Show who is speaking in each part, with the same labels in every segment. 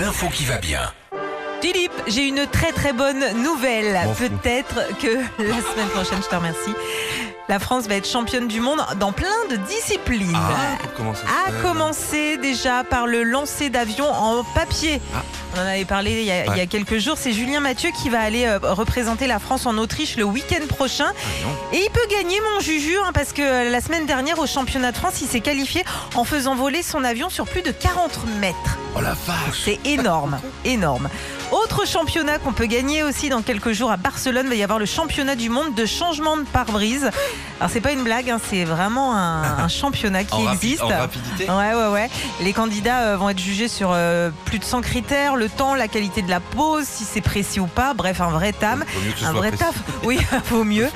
Speaker 1: L'info qui va bien.
Speaker 2: Philippe, j'ai une très très bonne nouvelle.
Speaker 3: M'en fous.
Speaker 2: Peut-être que la semaine prochaine, je te remercie, la France va être championne du monde dans plein de disciplines.
Speaker 3: Ah, comment ça se
Speaker 2: À
Speaker 3: fait
Speaker 2: commencer déjà par le lancer d'avion en papier.
Speaker 3: Ah.
Speaker 2: On en avait parlé il y a, il y a
Speaker 3: Ouais.
Speaker 2: quelques jours. C'est Julien Mathieu qui va aller euh, représenter la France en Autriche le week-end prochain.
Speaker 3: Ah, non.
Speaker 2: Et il peut gagner mon Juju hein, parce que euh, la semaine dernière au championnat de France, il s'est qualifié en faisant voler son avion sur plus de 40 mètres.
Speaker 3: Oh la vache
Speaker 2: C'est énorme, énorme. Autre championnat qu'on peut gagner aussi dans quelques jours à Barcelone, va y avoir le championnat du monde de changement de pare-brise. Alors c'est pas une blague, hein, c'est vraiment un, un championnat qui
Speaker 3: en, rapi-
Speaker 2: existe.
Speaker 3: en rapidité
Speaker 2: Ouais, ouais, ouais. Les candidats euh, vont être jugés sur euh, plus de 100 critères le temps, la qualité de la pose, si c'est précis ou pas. Bref, un vrai tam.
Speaker 3: Vaut mieux que ce
Speaker 2: Un
Speaker 3: soit
Speaker 2: vrai
Speaker 3: précis.
Speaker 2: taf, oui, vaut mieux.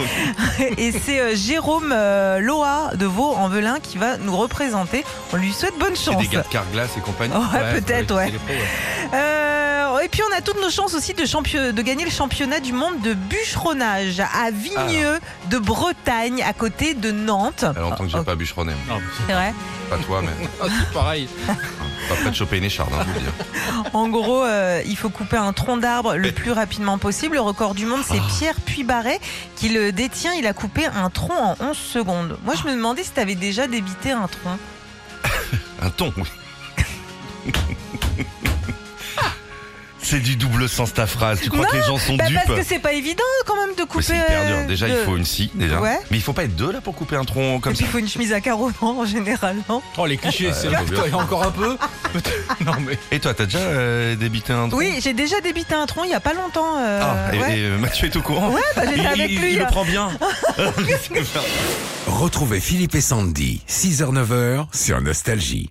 Speaker 2: Et c'est euh, Jérôme euh, Loa de Vaux en Velin qui va nous représenter. On lui souhaite bonne
Speaker 3: C'est
Speaker 2: chance.
Speaker 3: des gars de Carglass et compagnie.
Speaker 2: Ouais,
Speaker 3: faut
Speaker 2: peut-être,
Speaker 3: les-
Speaker 2: ouais.
Speaker 3: c'est les pros,
Speaker 2: Euh, et puis on a toutes nos chances aussi de, champio- de gagner le championnat du monde de bûcheronnage à Vigneux
Speaker 3: Ah.
Speaker 2: de Bretagne, à côté de Nantes.
Speaker 3: Ça fait longtemps que j'ai pas bûcheronné. moi.
Speaker 2: C'est vrai.
Speaker 3: Pas toi, mais
Speaker 4: pareil.
Speaker 3: pas prêt de choper une écharde, hein, je veux dire.
Speaker 2: En gros, euh, il faut couper un tronc d'arbre le plus rapidement possible. Le record du monde, c'est
Speaker 3: Ah.
Speaker 2: Pierre Puybarret qui le détient. Il a coupé un tronc en 11 secondes. Moi, je me demandais si tu avais déjà débité un tronc.
Speaker 3: Un ton, oui.
Speaker 5: C'est du double sens ta phrase. Tu crois
Speaker 2: Non,
Speaker 5: que les gens sont
Speaker 2: Bah,
Speaker 5: dupes
Speaker 2: parce que c'est pas évident quand même de
Speaker 3: Mais
Speaker 2: couper.
Speaker 3: c'est hyper
Speaker 2: euh,
Speaker 3: dur. Déjà, il
Speaker 2: de-
Speaker 3: faut une scie, déjà.
Speaker 2: Ouais.
Speaker 3: Mais il faut pas être deux, là, pour couper un tronc
Speaker 2: Et
Speaker 3: comme
Speaker 2: puis,
Speaker 3: ça.
Speaker 2: il faut une chemise à carreaux, non, en général, non
Speaker 4: Oh, les clichés, c'est
Speaker 3: Ouais,
Speaker 4: vrai.
Speaker 3: faut bien.
Speaker 4: Attends, il y a encore un peu. non, mais.
Speaker 3: Et toi, t'as déjà euh, débité un tronc
Speaker 2: Oui, j'ai déjà débité un tronc il y a pas longtemps. euh,
Speaker 3: Ah, et,
Speaker 2: ouais.
Speaker 3: et, euh, Mathieu est au courant
Speaker 2: Ouais, bah, j'étais
Speaker 3: Il-
Speaker 2: avec
Speaker 3: il-
Speaker 2: lui.
Speaker 3: il le
Speaker 2: euh.
Speaker 3: prend bien.
Speaker 1: Retrouvez Philippe et Sandy, 6h-9h sur Nostalgie.